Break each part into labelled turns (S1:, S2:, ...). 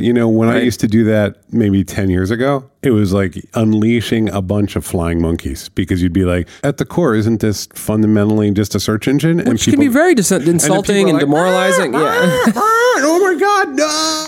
S1: You know, when I
S2: Right.
S1: used to do that maybe 10 years ago, it was like unleashing a bunch of flying monkeys because you'd be like, at the core, isn't this fundamentally just a search engine? and
S2: Which can be very dis- insulting and,
S1: people are like,
S2: demoralizing. yeah.
S1: "Ah, ah, oh my God, no.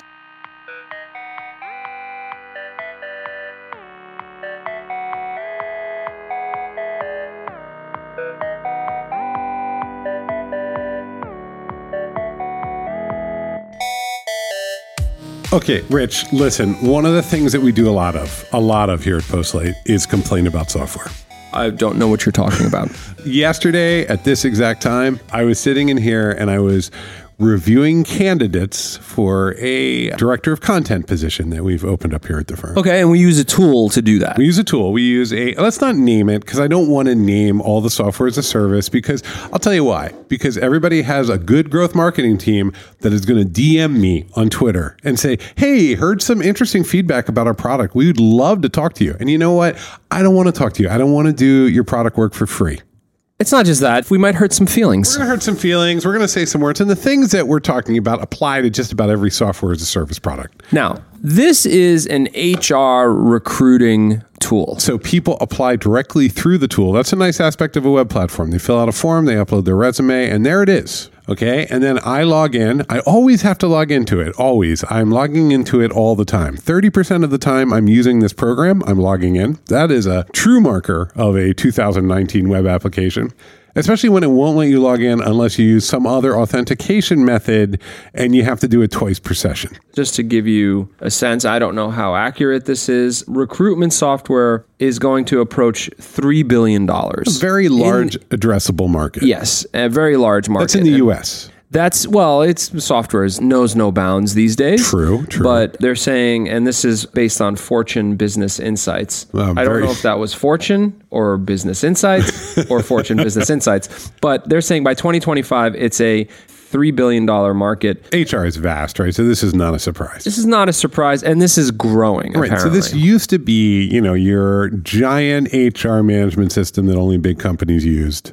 S1: Okay, Rich, listen, one of the things that we do a lot of, a lot of here at Postlight is complain about software.
S2: I don't know what you're talking about.
S1: Yesterday at this exact time, I was sitting in here and I was reviewing candidates for a director of content position that we've opened up here at the firm.
S2: Okay, and we use a tool to do that.
S1: We use a tool. We use a, let's not name it because I don't want to name all the software as a service because I'll tell you why. Because everybody has a good growth marketing team that is going to DM me on Twitter and say, hey, heard some interesting feedback about our product. We would love to talk to you. And you know what? I don't want to talk to you. I don't want to do your product work for free.
S2: It's not just that. We might hurt some feelings.
S1: We're going to hurt some feelings. We're going to say some words. And the things that we're talking about apply to just about every software as a service product.
S2: Now, this is an HR recruiting tool.
S1: So people apply directly through the tool. That's a nice aspect of a web platform. They fill out a form, they upload their resume, and there it is. Okay. And then I log in. I always have to log into it. Always. I'm logging into it all the time. 30% of the time I'm using this program, I'm logging in. That is a true marker of a 2019 web application. especially when it won't let you log in unless you use some other authentication method and you have to do it twice per session.
S2: Just to give you a sense, I don't know how accurate this is. Recruitment software is going to approach $3 billion.
S1: Very large addressable market.
S2: Yes, a very large market.
S1: That's in the US.
S2: That's well, it's software is knows no bounds these days.
S1: True, true.
S2: But they're saying, and this is based on Fortune Business Insights.
S1: Wow,
S2: I don't
S1: very-
S2: know if that was Fortune or Business Insights or Fortune Business Insights, but they're saying by 2025 it's a three billion dollar market.
S1: HR is vast, right? So this is not a surprise.
S2: This is not a surprise, and this is growing.
S1: Right. So
S2: apparently.
S1: this used to be, you know, your giant HR management system that only big companies used.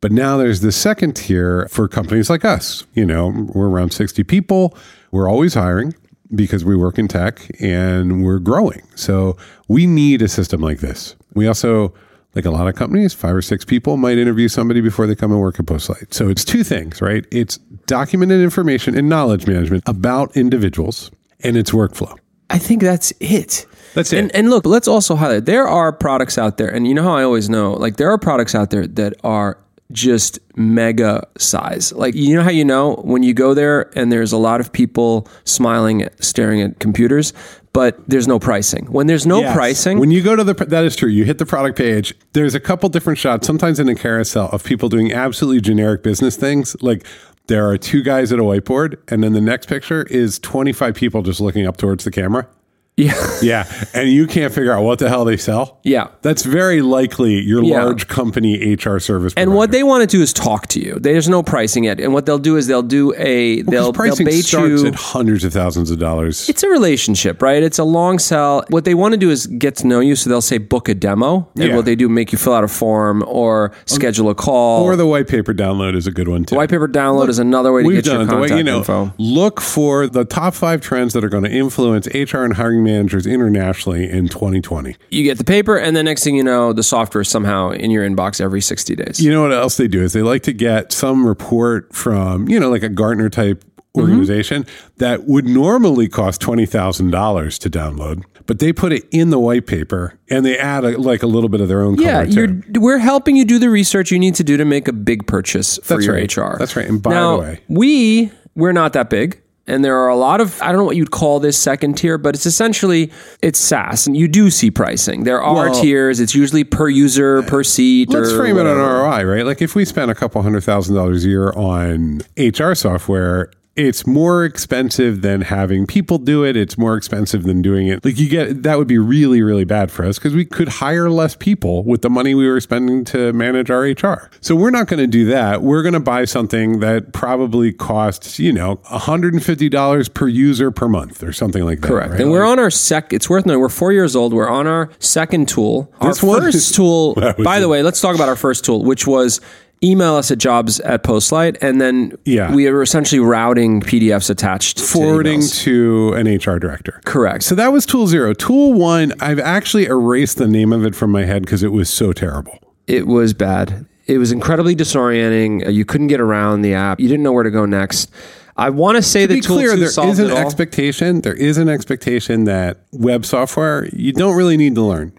S1: But now there's the second tier for companies like us. You know, we're around 60 people. We're always hiring because we work in tech and we're growing. So we need a system like this. We also, like a lot of companies, five or six people might interview somebody before they come and work at Postlight. So it's two things, right? It's documented information and knowledge management about individuals and its workflow.
S2: I think that's it.
S1: That's it.
S2: And, and look, let's also highlight there are products out there, and you know how I always know, like there are products out there that are just mega size. Like you know how you know when you go there and there's a lot of people smiling, staring at computers, but there's no pricing. When there's no
S1: Yes.
S2: pricing,
S1: When you go to the that is true. You hit the product page. There's a couple different shots, sometimes in a carousel, of people doing absolutely generic business things. Like there are two guys at a whiteboard, and then the next picture is 25 people just looking up towards the camera.
S2: yeah,
S1: Yeah, and you can't figure out what the hell they sell.
S2: yeah.
S1: That's very likely your
S2: Yeah.
S1: large company HR service.
S2: And what they want to do is talk to you. There's no pricing yet, and what they'll do is they'll do a they'll, they'll
S1: pricing
S2: bait
S1: starts
S2: you
S1: at hundreds of thousands of dollars.
S2: It's a relationship, right? It's a long sell. What they want to do is get to know you, so they'll say book a demo, and
S1: Yeah.
S2: what they do make you fill out a form or schedule a call.
S1: or the white paper download is a good one too.
S2: white paper download is another way to
S1: We've
S2: get
S1: done
S2: your
S1: it the
S2: contact
S1: way you know.
S2: info.
S1: Look for the top five trends that are going to influence HR and hiring managers internationally in 2020.
S2: You get the paper, and the next thing you know, the software is somehow in your inbox every sixty days.
S1: You know what else they do is they like to get some report from you know like a Gartner type
S2: Mm-hmm.
S1: organization that would normally cost twenty thousand dollars to download, but they put it in the white paper and they add a, like a little bit of their own.
S2: yeah,
S1: color to
S2: you're,
S1: it.
S2: we're helping you do the research you need to do to make a big purchase for
S1: That's
S2: your
S1: right.
S2: HR.
S1: That's right. And by
S2: now,
S1: the way,
S2: we we're not that big, and there are a lot of I don't know what you'd call this second tier, but it's essentially it's SaaS, and you do see pricing. There are
S1: Well-
S2: tiers. It's usually per user, per seat.
S1: Let's
S2: or
S1: frame it on
S2: whatever.
S1: ROI, right? Like if we spend a couple hundred thousand dollars a year on HR software, it's more expensive than having people do it. It's more expensive than doing it. Like you get that would be really, really bad for us because we could hire less people with the money we were spending to manage our HR. So we're not going to do that. We're going to buy something that probably costs, you know, $150 per user per month or something like that.
S2: Correct.
S1: right?
S2: And we're on our sec. It's worth noting we're four years old. We're on our second tool. Our
S1: This one
S2: first
S1: is-
S2: tool.
S1: That was
S2: By the
S1: it.
S2: way, let's talk about our first tool, which was email us at jobs at postlight and then
S1: Yeah.
S2: we are essentially routing PDFs attached to
S1: forwarding
S2: emails.
S1: to an HR director.
S2: Correct.
S1: So that was tool zero. Tool one, I've actually erased the name of it from my head because it was so terrible.
S2: It was bad. It was incredibly disorienting. Uh, You couldn't get around the app. You didn't know where to go next. I want to say
S1: To be
S2: that tool
S1: clear,
S2: two
S1: there is
S2: solved
S1: an
S2: it all.
S1: expectation. There is an expectation that web software you don't really need to learn.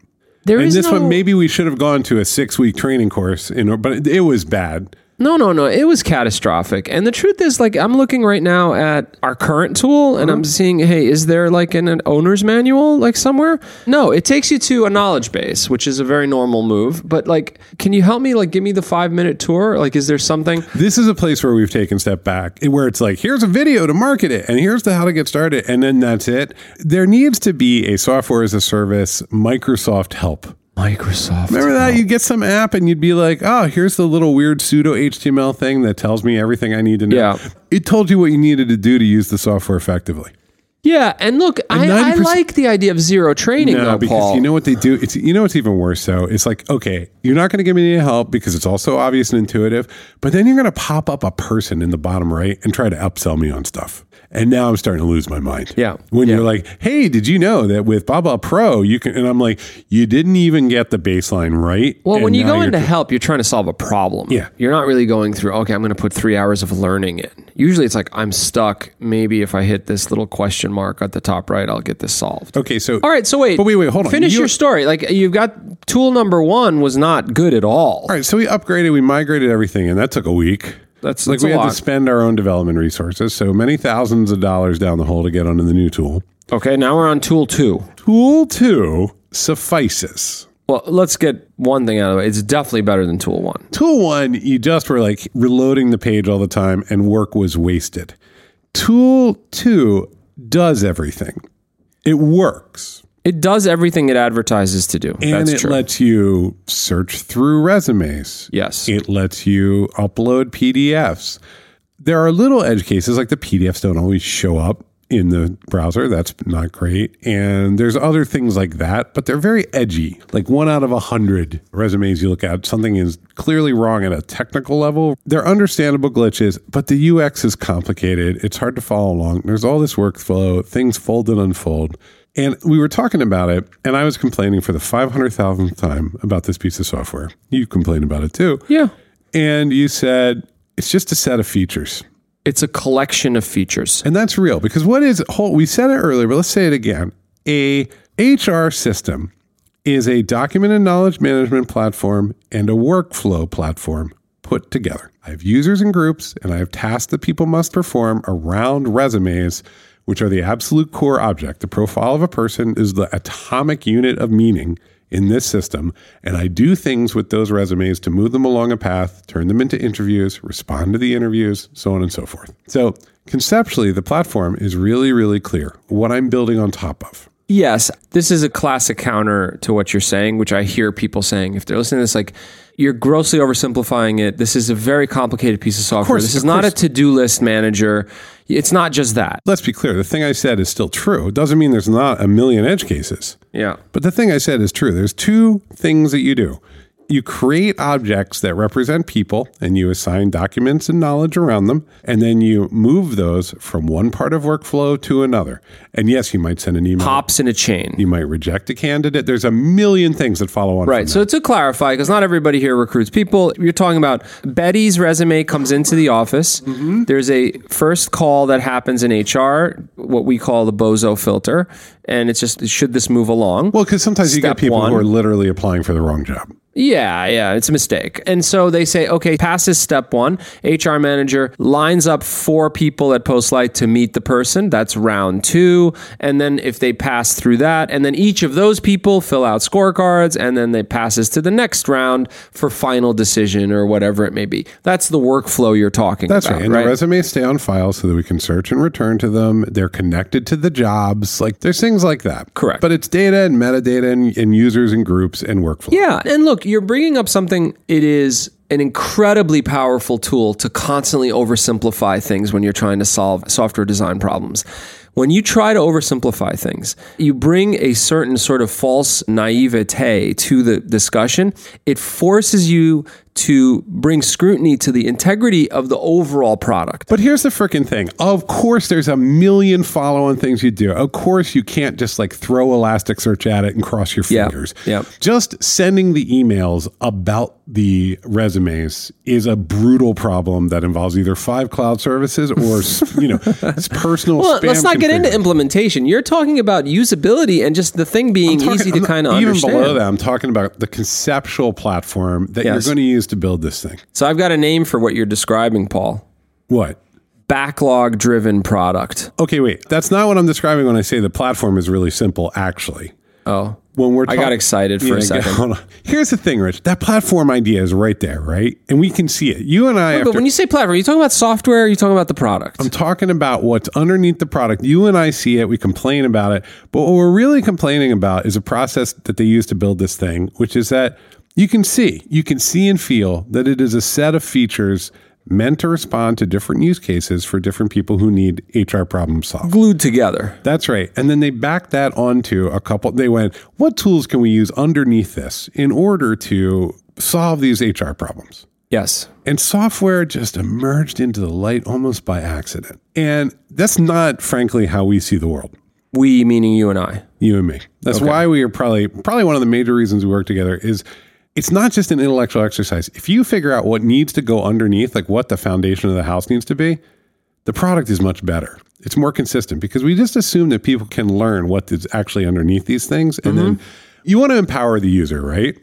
S2: There
S1: and
S2: is
S1: this
S2: no,
S1: one, maybe we should have gone to a six-week training course, in, or- but it, it was bad.
S2: No, no, no. It was catastrophic. And the truth is, like, I'm looking right now at our current tool and I'm seeing, hey, is there like an, an owner's manual, like somewhere? No, it takes you to a knowledge base, which is a very normal move. But, like, can you help me? Like, give me the five minute tour? Like, is there something?
S1: This is a place where we've taken a step back, where it's like, here's a video to market it, and here's the how to get started, and then that's it. There needs to be a software as a service, Microsoft help.
S2: Microsoft.
S1: Remember that? You'd get some app and you'd be like, oh, here's the little weird pseudo HTML thing that tells me everything I need to know.
S2: Yeah.
S1: It told you what you needed to do to use the software effectively.
S2: Yeah. And look, I, I
S1: 90%
S2: like the idea of zero training,
S1: No,
S2: though,
S1: because
S2: Paul.
S1: you know what they do? It's you know what's even worse though? It's like, okay, you're not gonna give me any help because it's all so obvious and intuitive, but then you're gonna pop up a person in the bottom right and try to upsell me on stuff. And now I'm starting to lose my mind.
S2: Yeah.
S1: When you're like, hey, did you know that with Baba Pro you can and I'm like, you didn't even get the baseline right.
S2: Well, when
S1: and
S2: you
S1: now
S2: go
S1: you're
S2: into help, you're trying to solve a problem.
S1: Yeah.
S2: You're not really going through, okay, I'm going to put three hours of learning in. Usually it's like, I'm stuck. Maybe if I hit this little question mark at the top right, I'll get this solved.
S1: Okay, so
S2: All right. So wait.
S1: But wait, wait, hold on.
S2: Finish
S1: You-
S2: your story. Like, you've got tool number one was not good at all.
S1: All right, so we upgraded, we migrated everything, and that took a week.
S2: That's,
S1: like
S2: that's
S1: we
S2: a
S1: had
S2: lot.
S1: to spend our own development resources, so many thousands of dollars down the hole to get onto the new tool.
S2: okay. Now we're on tool two.
S1: Tool two suffices.
S2: Well, let's get one thing out of the way. It's definitely better than tool one.
S1: Tool one, you just were like reloading the page all the time, and work was wasted. Tool two does everything. It works.
S2: It does everything it advertises to do.
S1: And
S2: that's
S1: it
S2: true.
S1: lets you search through resumes.
S2: yes.
S1: It lets you upload PDFs. There are little edge cases like the PDFs don't always show up in the browser. That's not great. And there's other things like that, but they're very edgy. Like one out of a hundred resumes you look at, something is clearly wrong at a technical level. They're understandable glitches, but the UX is complicated. It's hard to follow along. There's all this workflow, things fold and unfold. And we were talking about it, and I was complaining for the 500,000th time about this piece of software. You complained about it too
S2: yeah.
S1: and you said it's just a set of features.
S2: It's a collection of features.
S1: And that's real because what is whole we said it earlier, but let's say it again. A HR system is a document and knowledge management platform and a workflow platform put together. I have users and groups and I have tasks that people must perform around resumes, which are the absolute core object. The profile of a person is the atomic unit of meaning in this system, and I do things with those resumes to move them along a path, turn them into interviews, respond to the interviews, so on and so forth. So, conceptually, the platform is really, really clear what I'm building on top of.
S2: Yes, this is a classic counter to what you're saying, which I hear people saying if they're listening to this, like you're grossly oversimplifying it. This is a very complicated piece of software.
S1: course,
S2: this
S1: of
S2: is not
S1: course.
S2: a to-do list manager. It's not just that.
S1: Let's be clear the thing I said is still true. It doesn't mean there's not a million edge cases.
S2: Yeah.
S1: But the thing I said is true. There's two things that you do. You create objects that represent people and you assign documents and knowledge around them. And then you move those from one part of workflow to another. And yes, you might send an email.
S2: Hops in a chain.
S1: You might reject a candidate. There's a million things that follow on.
S2: Right. So to clarify, because not everybody here recruits people, you're talking about Betty's resume comes into the office.
S1: Mm-hmm.
S2: There's a first call that happens in HR, what we call the bozo filter. And it's just, should this move along?
S1: Well, because sometimes you
S2: Step
S1: get people
S2: one.
S1: who are literally applying for the wrong job.
S2: Yeah, yeah, it's a mistake. And so they say, okay, passes step one. HR manager lines up four people at Postlight to meet the person. That's round two. And then if they pass through that, and then each of those people fill out scorecards, and then they passes to the next round for final decision or whatever it may be. That's the workflow you're talking
S1: That's
S2: about.
S1: right. And the resumes stay on file so that we can search and return to them. They're connected to the jobs. Like there's things like that.
S2: Correct.
S1: But it's data and metadata and, and users and groups and workflow.
S2: Yeah. And look, you're bringing up something. It is an incredibly powerful tool to constantly oversimplify things when you're trying to solve software design problems. When you try to oversimplify things, you bring a certain sort of false naivete to the discussion. It forces you to bring scrutiny to the integrity of the overall product.
S1: But here's the freaking thing. Of course, there's a million follow on things you do. Of course, you can't just like throw Elasticsearch at it and cross your
S2: Yeah,
S1: fingers.
S2: yeah.
S1: Just sending the emails about the resumes is a brutal problem that involves either five cloud services or, you know, it's personal
S2: Well,
S1: spam.
S2: let's not get into
S1: configuration.
S2: implementation. You're talking about usability and just the thing being
S1: I'm talking-
S2: easy to
S1: I'm not-
S2: kind of
S1: even
S2: understand.
S1: below that. I'm talking about the conceptual platform that you're
S2: Yes.
S1: going to use to build this thing.
S2: So I've got a name for what you're describing, Paul.
S1: What?
S2: Backlog driven product.
S1: Okay, wait. That's not what I'm describing when I say the platform is really simple. Actually,
S2: Oh.
S1: when we're
S2: I
S1: talk-
S2: got excited for
S1: Yeah,
S2: a
S1: I get-
S2: second.
S1: hold on. Here's the thing, Rich. That platform idea is right there, right? And we can see it. You and I.
S2: But
S1: after-
S2: when you say platform, are you talking about software or are you talking about the product?
S1: I'm talking about what's underneath the product. You and I see it. We complain about it. But what we're really complaining about is a process that they use to build this thing, which is that you can see, you can see and feel that it is a set of features meant to respond to different use cases for different people who need HR problem solved.
S2: glued together.
S1: That's right. And then they backed that onto a couple. They went, what tools can we use underneath this in order to solve these HR problems?
S2: Yes.
S1: And software just emerged into the light almost by accident. And that's not, frankly, how we see the world,
S2: We meaning you and I.
S1: you and me. That's why we are probably, probably one of the major reasons we work together is it's not just an intellectual exercise. If you figure out what needs to go underneath, like what the foundation of the house needs to be, the product is much better. It's more consistent because we just assume that people can learn what is actually underneath these things. And then you want to empower the user, right?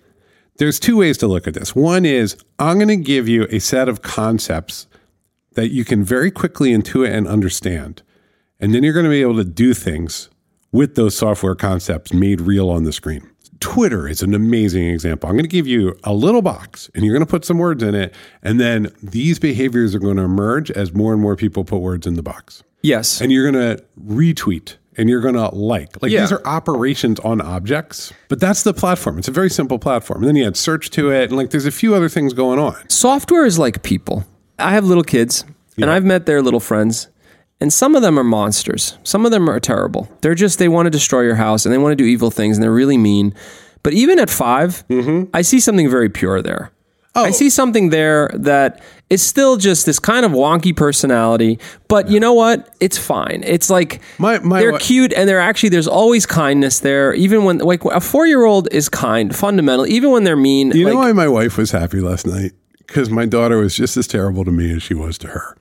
S1: There's two ways to look at this. One is I'm going to give you a set of concepts that you can very quickly intuit and understand. And then you're going to be able to do things with those software concepts made real on the screen. Twitter is an amazing example. I'm going to give you a little box and you're going to put some words in it. And then these behaviors are going to emerge as more and more people put words in the box.
S2: Yes.
S1: And you're going to retweet and you're going to like. Like
S2: Yeah.
S1: these are operations on objects, but that's the platform. It's a very simple platform. And then you add search to it. And like there's a few other things going on.
S2: software is like people. I have little kids and I've met their little friends. And some of them are monsters. Some of them are terrible. They're just, they want to destroy your house and they want to do evil things and they're really mean. But even at 5
S1: Mm-hmm.
S2: I see something very pure there. I
S1: Oh.
S2: see something there that is still just this kind of wonky personality. But you know what? It's fine. It's like
S1: My- my
S2: they're
S1: wa-
S2: cute and they're actually, there's always kindness there. Even when, like, a four year old is kind, fundamental, even when they're mean.
S1: You
S2: like,
S1: know why my wife was happy last night? Because my daughter was just as terrible to me as she was to her.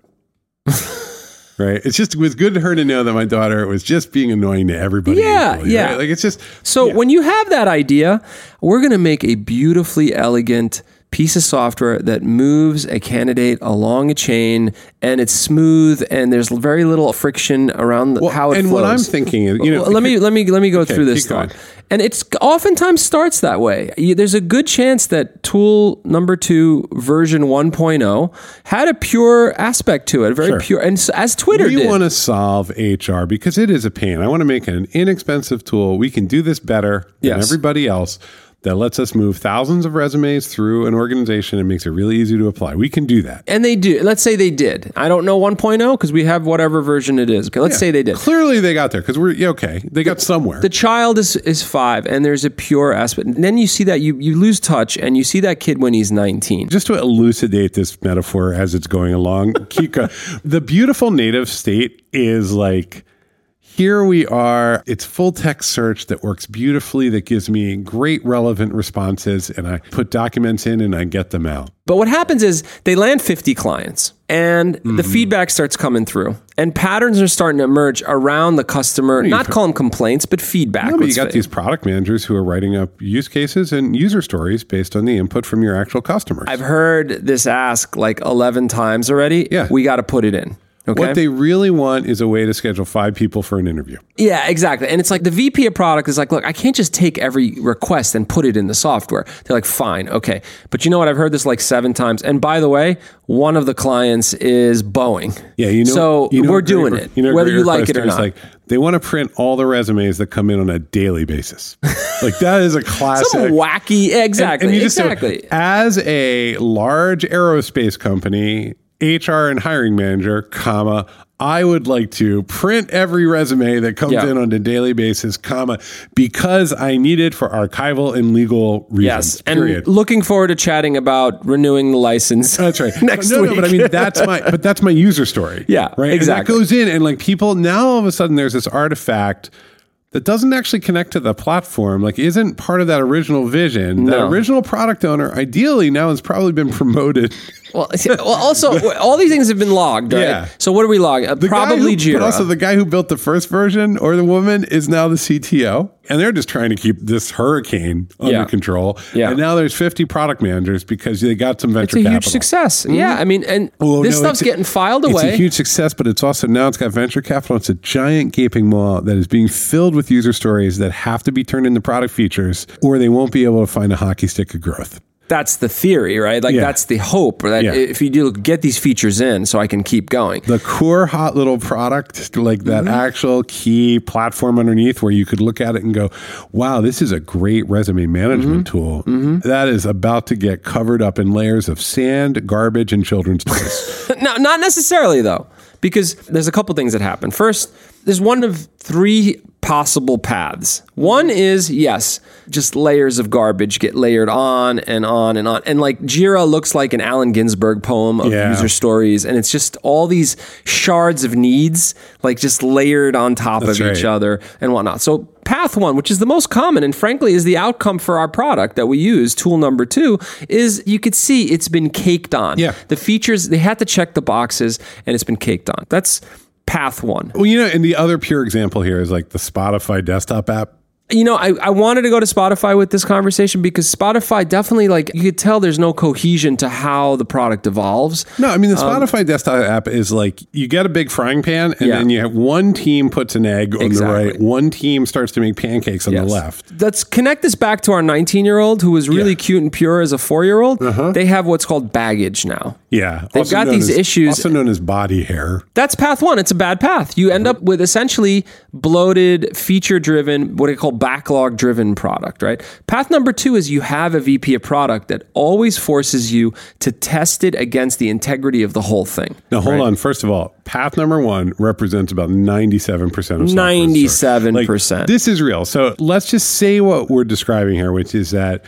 S1: right? It's just it was good to her to know that my daughter was just being annoying to everybody.
S2: Yeah,
S1: equally,
S2: yeah.
S1: right? Like it's just
S2: So when you have that idea, we're going to make a beautifully elegant piece of software that moves a candidate along a chain and it's smooth and there's very little friction around the how it
S1: and
S2: flows.
S1: what I'm thinking is, you know,
S2: Well, let me let me let me go through this
S1: keep going.
S2: thought. And it's oftentimes starts that way. You- There's a good chance that tool number 2 version 1.0 had a pure aspect to it, a very pure and s- as Twitter
S1: we
S2: did.
S1: want to solve HR because it is a pain. I want to make an inexpensive tool. We can do this better than
S2: Yes.
S1: everybody else that lets us move thousands of resumes through an organization and makes it really easy to apply. We can do that.
S2: and they do. Let's say they did. I don't know 1.0 because we have whatever version it is. Okay, let's say they did.
S1: Clearly they got there because we're yeah, okay. They got somewhere.
S2: The child is, is five, and there's a pure aspect. And then you see that you, you lose touch, and you see that kid when he's 19.
S1: just to elucidate this metaphor as it's going along, Kika, the beautiful native state is like here we are. It's full text search that works beautifully, that gives me great relevant responses, and I put documents in and I get them out.
S2: But what happens is they land 50 clients, and the
S1: Mm-hmm.
S2: feedback starts coming through, and patterns are starting to emerge around the customer. Not call them complaints, but feedback.
S1: But you
S2: let's
S1: got
S2: say.
S1: these product managers who are writing up use cases and user stories based on the input from your actual customers.
S2: I've heard this ask like 11 times already.
S1: Yeah.
S2: We got to put it in. Okay.
S1: What they really want is a way to schedule five people for an interview.
S2: Yeah, exactly. And it's like the VP of product is like, look, I can't just take every request and put it in the software. They're like, fine, okay. But you know what? I've heard this like seven times. And by the way, one of the clients is Boeing.
S1: Yeah, you know.
S2: So
S1: you know
S2: we're
S1: a great
S2: doing
S1: re-
S2: it,
S1: you know a
S2: whether
S1: great
S2: you like
S1: requester
S2: it or
S1: is
S2: not.
S1: Like they want to print all the resumes that come in on a daily basis. like that is a classic.
S2: Some wacky, exactly,
S1: And you just don't-
S2: exactly.
S1: as a large aerospace company, HR and hiring manager, comma. I would like to print every resume that comes
S2: Yeah.
S1: in on a daily basis, comma, because I need it for archival and legal reasons.
S2: Yes, and
S1: period.
S2: looking forward to chatting about renewing the license.
S1: That's right.
S2: Next
S1: no,
S2: week.
S1: no, but I mean that's my but that's my user story.
S2: Yeah,
S1: right.
S2: exactly.
S1: And that goes in, and like people now, all of a sudden, there's this artifact that doesn't actually connect to the platform. Like, isn't part of that original vision. That
S2: No.
S1: original product owner, ideally, now has probably been promoted.
S2: well, see, well, also all these things have been logged, right?
S1: Yeah.
S2: So what are we logging? Uh,
S1: The guy
S2: Probably
S1: who,
S2: Jira.
S1: But also, the guy who built the first version or the woman is now the CTO, and they're just trying to keep this hurricane under
S2: Yeah.
S1: control.
S2: Yeah.
S1: And now there's 50 product managers because they got some venture
S2: it's a
S1: capital.
S2: huge success. Yeah, I mean, and
S1: Oh,
S2: this
S1: no, it's
S2: stuff's
S1: a-
S2: getting filed
S1: It's
S2: away.
S1: a huge success, but it's also now it's got venture capital. It's a giant gaping maw that is being filled with user stories that have to be turned into product features, or they won't be able to find a hockey stick of growth.
S2: that's the theory, right? Like that's the hope that
S1: Yeah.
S2: if you do get these features in, so I can keep going.
S1: The core hot little product, like that actual key platform underneath where you could look at it and go, wow, this is a great resume management tool. That is about to get covered up in layers of sand, garbage, and children's toys.
S2: no, not necessarily though, because there's a couple things that happen. First, there's one of three possible paths. One is yes, just layers of garbage get layered on and on and on, and like Jira looks like an Allen Ginsberg poem of
S1: Yeah.
S2: user stories, and it's just all these shards of needs, like just layered on top of
S1: right.
S2: each other and whatnot. So path one, which is the most common and frankly is the outcome for our product that we use, tool number two, is you could see it's been caked on.
S1: Yeah.
S2: The features, they had to check the boxes and it's been caked on. That's path one.
S1: well, you know, and the other pure example here is like the Spotify desktop app.
S2: You know, I, I wanted to go to Spotify with this conversation because Spotify definitely, like, you could tell there's no cohesion to how the product evolves.
S1: No, I mean the
S2: Um,
S1: Spotify desktop app is like you get a big frying pan, and
S2: Yeah.
S1: then you have one team puts an egg on
S2: Exactly.
S1: the right, one team starts to make pancakes on the left.
S2: Let's connect this back to our 19 year old who was really cute and pure as a four year old.
S1: Uh-huh.
S2: They have what's called baggage now.
S1: Yeah,
S2: They've got
S1: known
S2: these
S1: as-
S2: issues-
S1: also known as body hair.
S2: That's path one. It's a bad path. You
S1: Mm-hmm.
S2: end up with essentially bloated, feature driven, what I call backlog driven product, right? Path number two is you have a VP of product that always forces you to test it against the integrity of the whole thing.
S1: Now hold on. First of all, path number one represents about ninety-seven percent of software.
S2: 97%.
S1: Like, this is real. So let's just say what we're describing here, which is that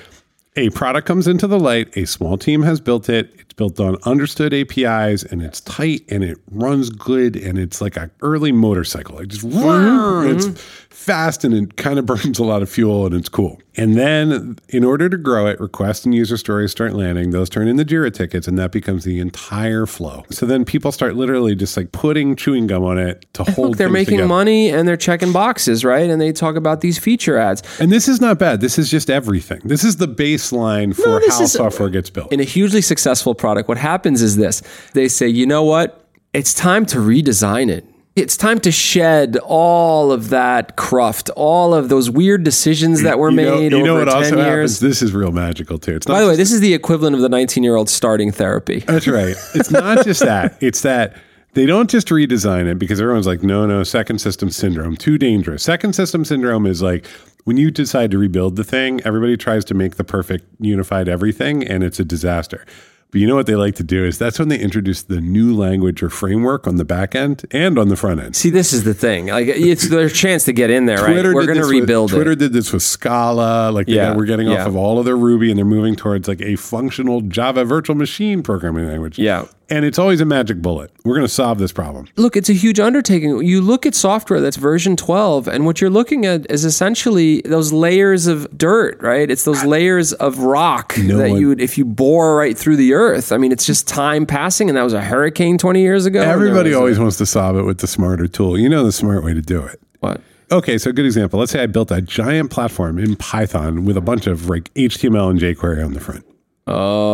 S1: a product comes into the light, a small team has built it, it's built on understood APIs, and it's tight and it runs good, and it's like an early motorcycle. It
S2: Mm-hmm.
S1: just roar, it's fast and it kind of burns a lot of fuel and it's cool. And then in order to grow it, requests and user stories start landing. Those turn into Jira tickets, and that becomes the entire flow. So then people start literally just like putting chewing gum on it to hold.
S2: Look, they're
S1: things
S2: making
S1: together.
S2: money and they're checking boxes, right? And they talk about these feature ads.
S1: And this is not bad. This is just everything. This is the baseline for
S2: this
S1: how
S2: is-
S1: software gets built.
S2: in a hugely successful product, what happens is this they say, you know what? It's time to redesign it. It's time to shed all of that cruft, all of those weird decisions that were
S1: you know,
S2: made
S1: you
S2: over
S1: know what
S2: 10
S1: also happens?
S2: years.
S1: This is real magical too. It's not
S2: By the way, this is the equivalent of the 19 year old starting therapy.
S1: That's right. It's not just that. It's that they don't just redesign it because everyone's like, no, no, second system syndrome, too dangerous. Second system syndrome is like when you decide to rebuild the thing, everybody tries to make the perfect unified everything and it's a disaster. But you know what they like to do is that's when they introduce the new language or framework on the back end and on the front end.
S2: See, this is the thing. Like, it's their chance to get in there, right? We're
S1: did
S2: going to
S1: this with-
S2: rebuild
S1: Twitter
S2: it.
S1: did this with Scala. Like they
S2: Yeah,
S1: got- we're getting
S2: yeah.
S1: off of all of their Ruby and they're moving towards like a functional Java virtual machine programming language.
S2: Yeah.
S1: And it's always a magic bullet. We're going to solve this problem.
S2: Look, it's a huge undertaking. You look at software that's version 12, and what you're looking at is essentially those layers of dirt, right? It's those layers of rock that
S1: one-
S2: you would, if you bore right through the earth. I mean, it's just time passing, and that was a hurricane 20 years ago. and there
S1: Everybody
S2: was a-
S1: always wants to solve it with the smarter tool. You know the smart way to do it.
S2: What?
S1: Okay, so good example. Let's say I built a giant platform in Python with a bunch of like HTML and jQuery on the front.
S2: Oh.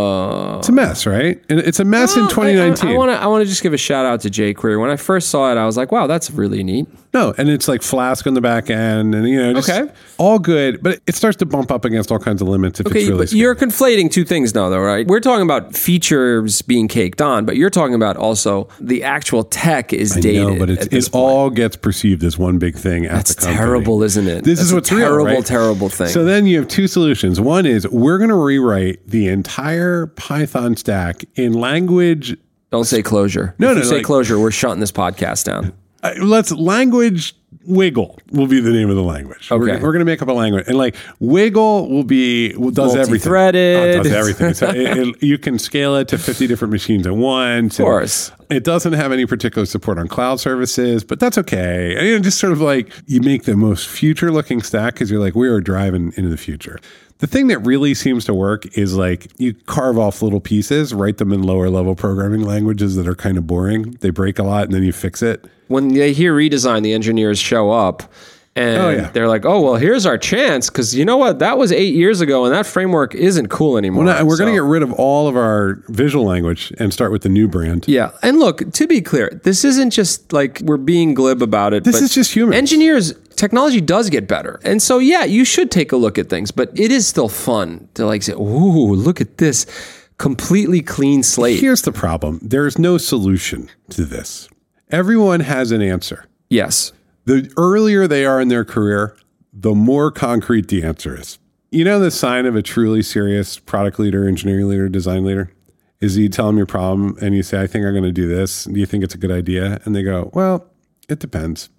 S1: It's a mess, right? And it's a mess in 2019.
S2: I, want to I want to just give a shout out to jQuery. When I first saw it, I was like, wow, that's really neat.
S1: No, and it's like Flask on the back end, and you know, just
S2: Okay.
S1: all good. But it starts to bump up against all kinds of limits if
S2: Okay,
S1: it's really.
S2: but you're conflating two things now, though, right? We're talking about features being caked on, but you're talking about also the actual tech is dated.
S1: No, but it's,
S2: at this
S1: it all gets perceived as one big thing. At
S2: That's
S1: the company.
S2: terrible, isn't it?
S1: This
S2: That's
S1: is
S2: a
S1: what's
S2: terrible,
S1: real, right?
S2: terrible thing.
S1: So then you have two solutions. One is we're going to rewrite the entire Python stack in language
S2: Don't say closure.
S1: No,
S2: if
S1: no,
S2: You say
S1: like-
S2: closure. We're shutting this podcast down.
S1: Uh, let's language wiggle will be the name of the language. We're,
S2: Okay.
S1: we're going to make up a language, and like wiggle will be well, does everything.
S2: Multi-threaded.
S1: Oh, it does everything. So it- it- you can scale it to fifty different machines at once. Of
S2: course.
S1: it doesn't have any particular support on cloud services, but that's okay. And, you know, just sort of like you make the most future-looking stack because you're like we are driving into the future. The thing that really seems to work is like you carve off little pieces, write them in lower level programming languages that are kind of boring. They break a lot and then you fix it.
S2: When they hear redesign, the engineers show up and
S1: Oh, yeah.
S2: they're like, oh, well, here's our chance. Because you know what? That was eight years ago and that framework isn't cool anymore.
S1: No, we're going
S2: So-
S1: to get rid of all of our visual language and start with the new brand.
S2: Yeah. And look, to be clear, this isn't just like we're being glib about it.
S1: This
S2: but
S1: is just humans.
S2: Engineers, technology does get better. And so, yeah, you should take a look at things, but it is still fun to like say, ooh, look at this completely clean slate.
S1: Here's the problem there is no solution to this. Everyone has an answer.
S2: Yes.
S1: The earlier they are in their career, the more concrete the answer is. You know, the sign of a truly serious product leader, engineering leader, design leader is you tell them your problem and you say, I think I'm going to do this. Do you think it's a good idea? And they go, Well, it depends.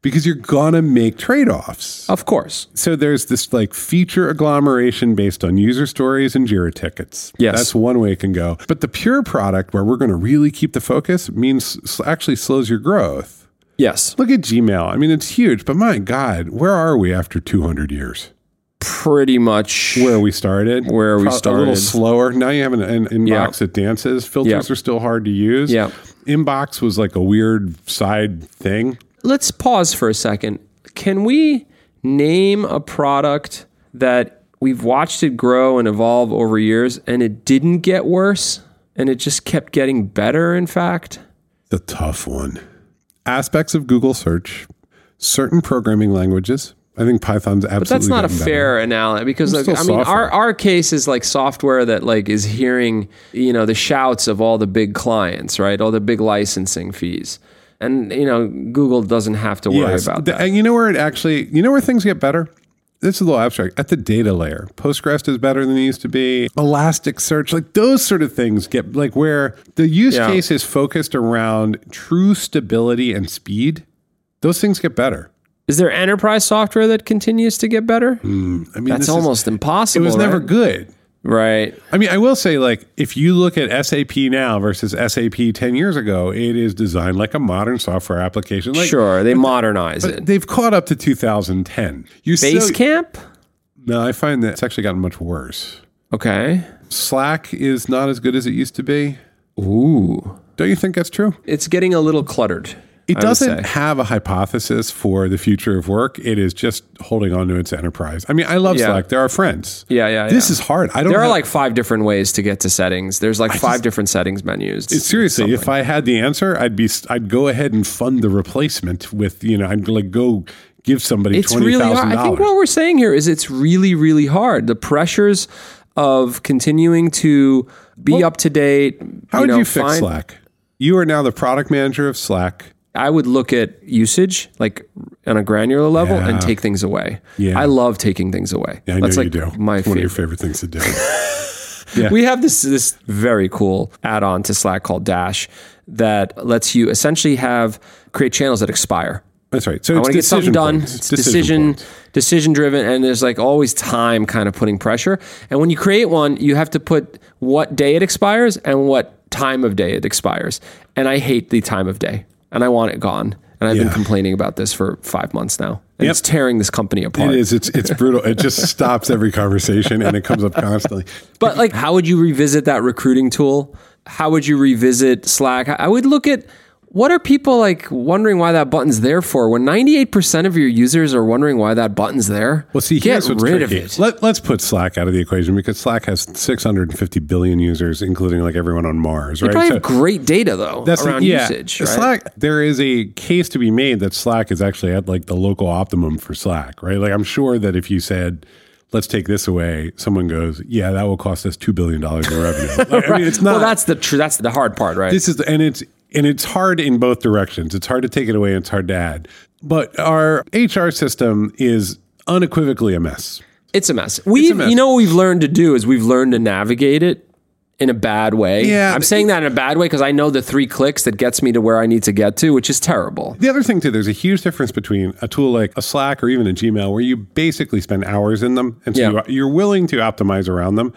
S1: Because you're going to make trade offs.
S2: Of course.
S1: so there's this like feature agglomeration based on user stories and Jira tickets.
S2: Yes.
S1: That's one way it can go. But the pure product where we're going to really keep the focus means s- actually slows your growth.
S2: Yes.
S1: Look at Gmail. I mean, it's huge, but my God, where are we after 200 years?
S2: Pretty much.
S1: Where we started,
S2: Where we
S1: a little
S2: started.
S1: slower. Now you have an, an inbox that dances. Filters
S2: Yeah.
S1: are still hard to use.
S2: Yeah.
S1: Inbox was like a weird side thing.
S2: Let's pause for a second. Can we name a product that we've watched it grow and evolve over years and it didn't get worse and it just kept getting better, in fact?
S1: The tough one. Aspects of Google search, certain programming languages. I think Python's absolutely.
S2: That's not a
S1: gotten better.
S2: fair analogy because like,
S1: still
S2: I mean our,
S1: software.
S2: our case is like software that like is hearing you know the shouts of all the big clients right all the big licensing fees and you know Google doesn't have to worry
S1: Yes.
S2: about
S1: The-
S2: that
S1: And you know where it actually, you know where things get better? This is a little abstract. At the data layer, Postgres is better than it used to be. Elasticsearch, like those sort of things get like where the use
S2: Yeah.
S1: case is focused around true stability and speed. Those things get better.
S2: is there enterprise software that continues to get better
S1: I mean, this
S2: that's
S1: is-
S2: almost
S1: it
S2: impossible
S1: was never good.
S2: right Right.
S1: I mean, I will say, like, if you look at SAP now versus SAP 10 years ago, it is designed like a modern software application. Like,
S2: sure they modernize it
S1: They've caught up to 2010. You still-
S2: Basecamp
S1: No, I find that it's actually gotten much worse.
S2: okay
S1: Slack is not as good as it used to be.
S2: ooh
S1: Don't you think that's true?
S2: it's getting a little cluttered
S1: It
S2: I would
S1: doesn't
S2: say.
S1: have a hypothesis for the future of work. It is just holding on to its enterprise. I mean, I love
S2: Yeah.
S1: Slack. They're our friends.
S2: yeah yeah
S1: This
S2: yeah.
S1: is hard. I don't
S2: there are
S1: have-
S2: like five different ways to get to settings. There's like five different settings menus.
S1: seriously, if I had the answer, I'd be I'd go ahead and fund the replacement with, you know, I'd like go give somebody
S2: it's
S1: $20,000.
S2: really hard. I think what we're saying here is it's really, really hard. The pressures of continuing to be up to date.
S1: How would
S2: know,
S1: you fix
S2: find-
S1: Slack? You are now the product manager of Slack.
S2: I would look at usage, like on a granular level,
S1: Yeah.
S2: and take things away.
S1: Yeah.
S2: I love taking things away.
S1: I
S2: That's
S1: know
S2: like
S1: you do.
S2: my
S1: it's one of your favorite
S2: favorite.
S1: things to do.
S2: We have this this very cool add-on to Slack called Dash that lets you essentially have create channels that expire.
S1: That's right. So it's
S2: want to get something
S1: decision
S2: done.
S1: points.
S2: It's decision
S1: points.
S2: decision driven, and there's like always time kind of putting pressure. And when you create one, you have to put what day it expires and what time of day it expires. And I hate the time of day, and I want it gone. And I've
S1: Yeah.
S2: been complaining about this for five months now, and
S1: Yep.
S2: it's tearing this company apart.
S1: It is. It's it's brutal. It just stops every conversation and it comes up constantly.
S2: But like, how would you revisit that recruiting tool? How would you revisit Slack? I would look at what are people like wondering why that button's there for when 98% of your users are wondering why that button's there?
S1: Well, see,
S2: get
S1: here's what's
S2: rid
S1: tricky.
S2: of it.
S1: Let, let's put Slack out of the equation because Slack has 650 billion users, including like everyone on Mars, right?
S2: Probably
S1: So
S2: have great data though
S1: the-
S2: around
S1: yeah.
S2: usage, right?
S1: Slack, there is a case to be made that Slack is actually at like the local optimum for Slack, right? Like I'm sure that if you said, let's take this away, someone goes, yeah, that will cost us $2 billion in revenue. Like, I mean, it's not.
S2: well, that's the tr- that's the hard part, right?
S1: This is the, and it's and it's hard in both directions. It's hard to take it away and it's hard to add. But our HR system is unequivocally a mess.
S2: it's a mess. We,
S1: mess.
S2: you know, what we've learned to do is we've learned to navigate it in a bad way.
S1: Yeah.
S2: I'm saying that in a bad way because I know the three clicks that gets me to where I need to get to, which is terrible.
S1: The other thing too, there's a huge difference between a tool like a Slack or even a Gmail, where you basically spend hours in them, and so
S2: Yeah.
S1: you are, you're willing to optimize around them.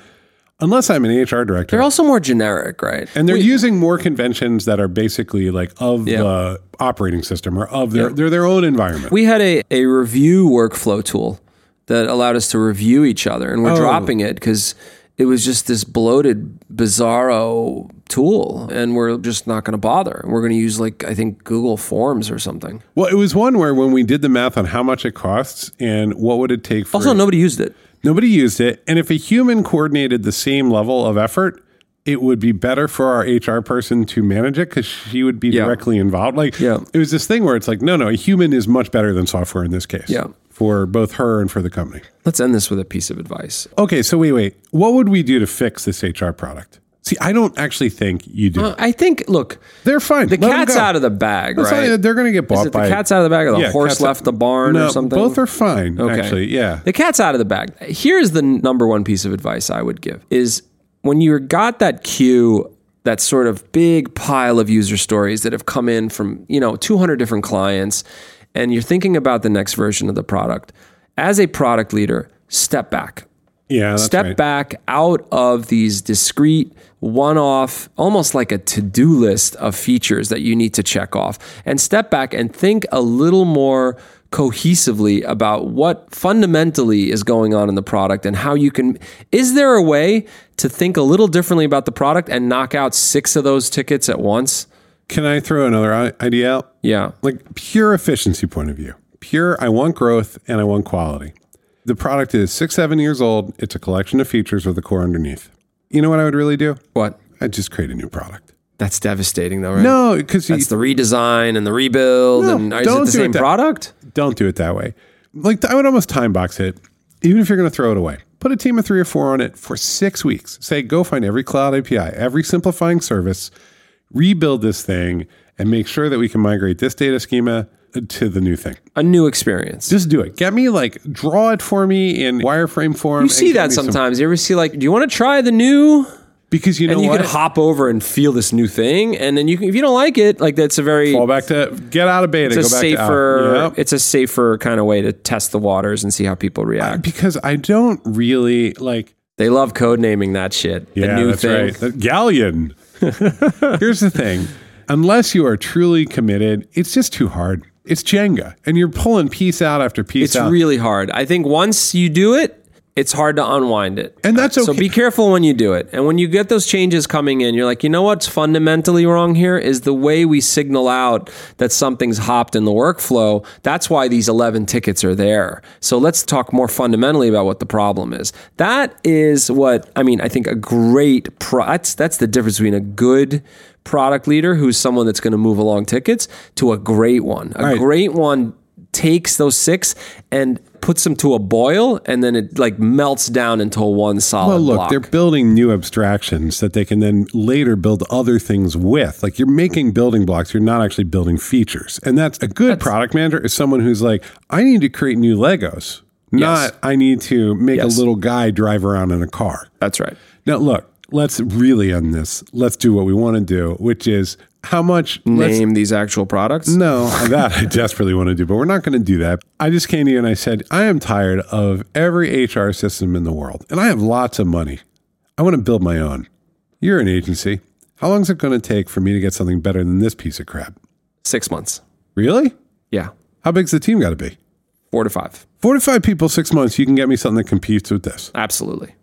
S1: Unless I'm an HR director,
S2: They're also more generic, right?
S1: and they're using more conventions that are basically like of
S2: Yeah.
S1: the operating system or of their they're their own environment.
S2: We had a, a review workflow tool that allowed us to review each other,
S1: Oh.
S2: and we're dropping it because it was just this bloated, bizarro tool, and we're just not going to bother. We're going to use, like, I think Google Forms or something.
S1: well, it was one where when we did the math on how much it costs and what would it take for
S2: Also, nobody used it.
S1: Nobody used it. And if a human coordinated the same level of effort, it would be better for our HR person to manage it because she would be directly involved. Like,
S2: Yeah.
S1: it was this thing where it's like, no, no, a human is much better than software in this case.
S2: Yeah.
S1: For both her and for the company.
S2: Let's end this with a piece of advice.
S1: Okay, so wait, wait. What would we do to fix this HR product? See, I don't actually think you do.
S2: Uh, I think, look,
S1: They're fine.
S2: the cat's out of the bag, right?
S1: They're going to get bought
S2: Is it
S1: by
S2: the cat's out of the bag or the
S1: Yeah,
S2: horse
S1: cat's-
S2: left the barn
S1: No,
S2: or something?
S1: Both are fine, actually. Yeah.
S2: The cat's out of the bag. Here's the number one piece of advice I would give is when you got that queue, that sort of big pile of user stories that have come in from, you know, 200 different clients and you're thinking about the next version of the product, as a product leader, step back
S1: Yeah. That's
S2: step
S1: right.
S2: back out of these discrete one-off almost like a to-do list of features that you need to check off and step back and think a little more cohesively about what fundamentally is going on in the product and how you can is there a way to think a little differently about the product and knock out 6 of those tickets at once
S1: Can I throw another i- idea out?
S2: yeah
S1: like pure efficiency point of view pure i want growth and i want quality the product is six seven years old it's a collection of features with a core underneath you know what i would really do
S2: what
S1: i'd just create a new product
S2: that's devastating though right
S1: no because you
S2: it's the redesign and the rebuild
S1: No,
S2: and
S1: don't
S2: is it
S1: do
S2: the
S1: it
S2: same
S1: that-
S2: product
S1: don't do it that way like i would almost time box it even if you're going to throw it away put a team of three or four on it for six weeks say go find every cloud api every simplifying service rebuild this thing and make sure that we can migrate this data schema to the new thing
S2: a new experience
S1: Just do it. Get me like draw it for me in wireframe form.
S2: You see that sometimes. You ever see like, do you want to try the new?
S1: because you know
S2: And you
S1: what?
S2: can hop over and feel this new thing, and then you can, if you don't like it, like that's a very
S1: Fall back to get out of beta.
S2: it's a
S1: go back
S2: safer
S1: To out.
S2: it's a safer kind of way to test the waters and see how people react.
S1: because I don't really like.
S2: they love code naming that shit.
S1: Yeah,
S2: the new
S1: that's
S2: thing.
S1: right. The galleon. Here's the thing: unless you are truly committed, it's just too hard. It's Jenga, and you're pulling piece out after piece
S2: It's
S1: out.
S2: really hard. I think once you do it, it's hard to unwind it.
S1: And that's
S2: So
S1: okay.
S2: be careful when you do it. And when you get those changes coming in, you're like, you know what's fundamentally wrong here is the way we signal out that something's hopped in the workflow. That's why these 11 tickets are there. So let's talk more fundamentally about what the problem is. That is what, I mean, I think a great, pro- that's, that's the difference between a good product leader who's someone that's going to move along tickets to a great one. A
S1: Right.
S2: great one takes those six and puts them to a boil and then it like melts down into one solid
S1: Well, look,
S2: block.
S1: they're building new abstractions that they can then later build other things with. Like you're making building blocks, you're not actually building features. And that's a good product manager is someone who's like, I need to create new Legos, not I need to make
S2: Yes.
S1: a little guy drive around in a car.
S2: That's right.
S1: Now, look, let's really end this. Let's do what we want to do, which is how much. let's-
S2: Name these actual products.
S1: no, that I desperately want to do, but we're not going to do that. I just came to you and I said, I am tired of every HR system in the world, and I have lots of money. I want to build my own. You're an agency. How long is it going to take for me to get something better than this piece of crap?
S2: Six months.
S1: Really?
S2: Yeah.
S1: How big's the team got to be?
S2: Four to five.
S1: Four to five people, six months, you can get me something that competes with this.
S2: Absolutely.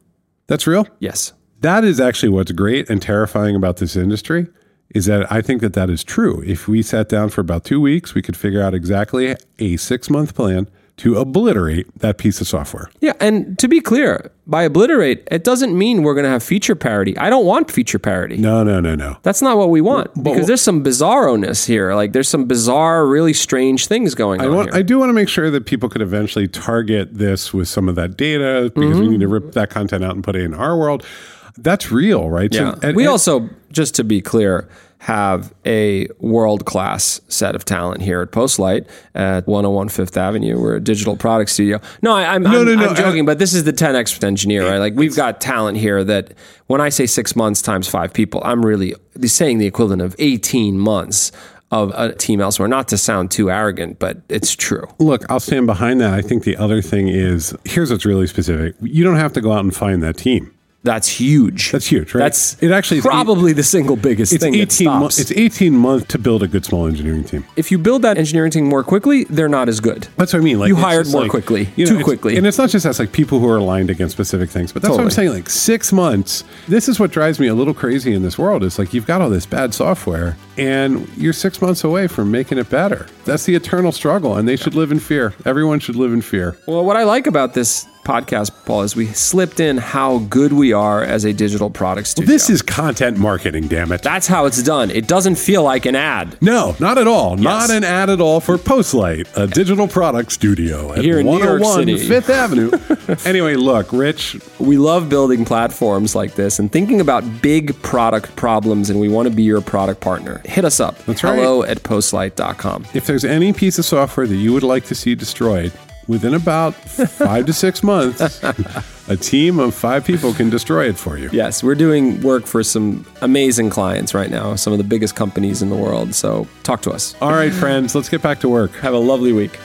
S1: That's real?
S2: Yes.
S1: That is actually what's great and terrifying about this industry is that I think that that is true. If we sat down for about two weeks, we could figure out exactly a six month plan to obliterate that piece of software.
S2: Yeah. And to be clear, by obliterate, it doesn't mean we're going to have feature parity. I don't want feature parity.
S1: No, no, no, no.
S2: That's not what we want because there's some bizarroness here. Like there's some bizarre, really strange things going
S1: I,
S2: on
S1: want,
S2: here.
S1: I do want to make sure that people could eventually target this with some of that data because we need to
S2: Mm-hmm.
S1: rip that content out and put it in our world. That's real, right? So-
S2: Yeah.
S1: and-
S2: we
S1: and-
S2: also, just to be clear, have a world class set of talent here at Postlight at 101 Fifth Avenue. We're a digital product studio. No, I, am
S1: no, no,
S2: I'm joking,
S1: uh,
S2: but this is the 10x engineer, right? Like we've got talent here that when I say six months times five people, I'm really saying the equivalent of 18 months of a team elsewhere. Not to sound too arrogant, but it's true.
S1: Look, I'll stand behind that. I think the other thing is here's what's really specific. You don't have to go out and find that team.
S2: That's huge.
S1: That's huge, right?
S2: That's
S1: it actually is eight-
S2: probably the single biggest
S1: It's
S2: thing that
S1: 18
S2: stops.
S1: months. It's 18 months to build a good small engineering team.
S2: if you build that engineering team more quickly, they're not as good.
S1: That's what I mean. Like
S2: You
S1: it's
S2: hired
S1: just
S2: more quickly, too
S1: it's-
S2: quickly.
S1: and it's not just us. Like people who are aligned against specific things, but that's what I'm
S2: Totally.
S1: saying. Like six months. This is what drives me a little crazy in this world. Is like you've got all this bad software, and you're six months away from making it better. That's the eternal struggle, and they should live in fear. Everyone should live in fear.
S2: Well, what I like about this podcast, Paul, is we slipped in how good we are as a digital product studio.
S1: This is content marketing. Damn it.
S2: That's how it's done. It doesn't feel like an ad.
S1: no, not at all. Not
S2: Yes.
S1: an ad at all for Postlight, a digital product studio at
S2: Here in New York
S1: 101
S2: City.
S1: Fifth Avenue. anyway, look, Rich,
S2: We love building platforms like this and thinking about big product problems, and we want to be your product partner. Hit us up.
S1: That's right.
S2: Hello at postlight.com.
S1: If there's any piece of software that you would like to see destroyed, within about five to six months, a team of five people can destroy it for you.
S2: Yes, we're doing work for some amazing clients right now, some of the biggest companies in the world. So talk to us.
S1: All right, friends, let's get back to work.
S2: Have a lovely week.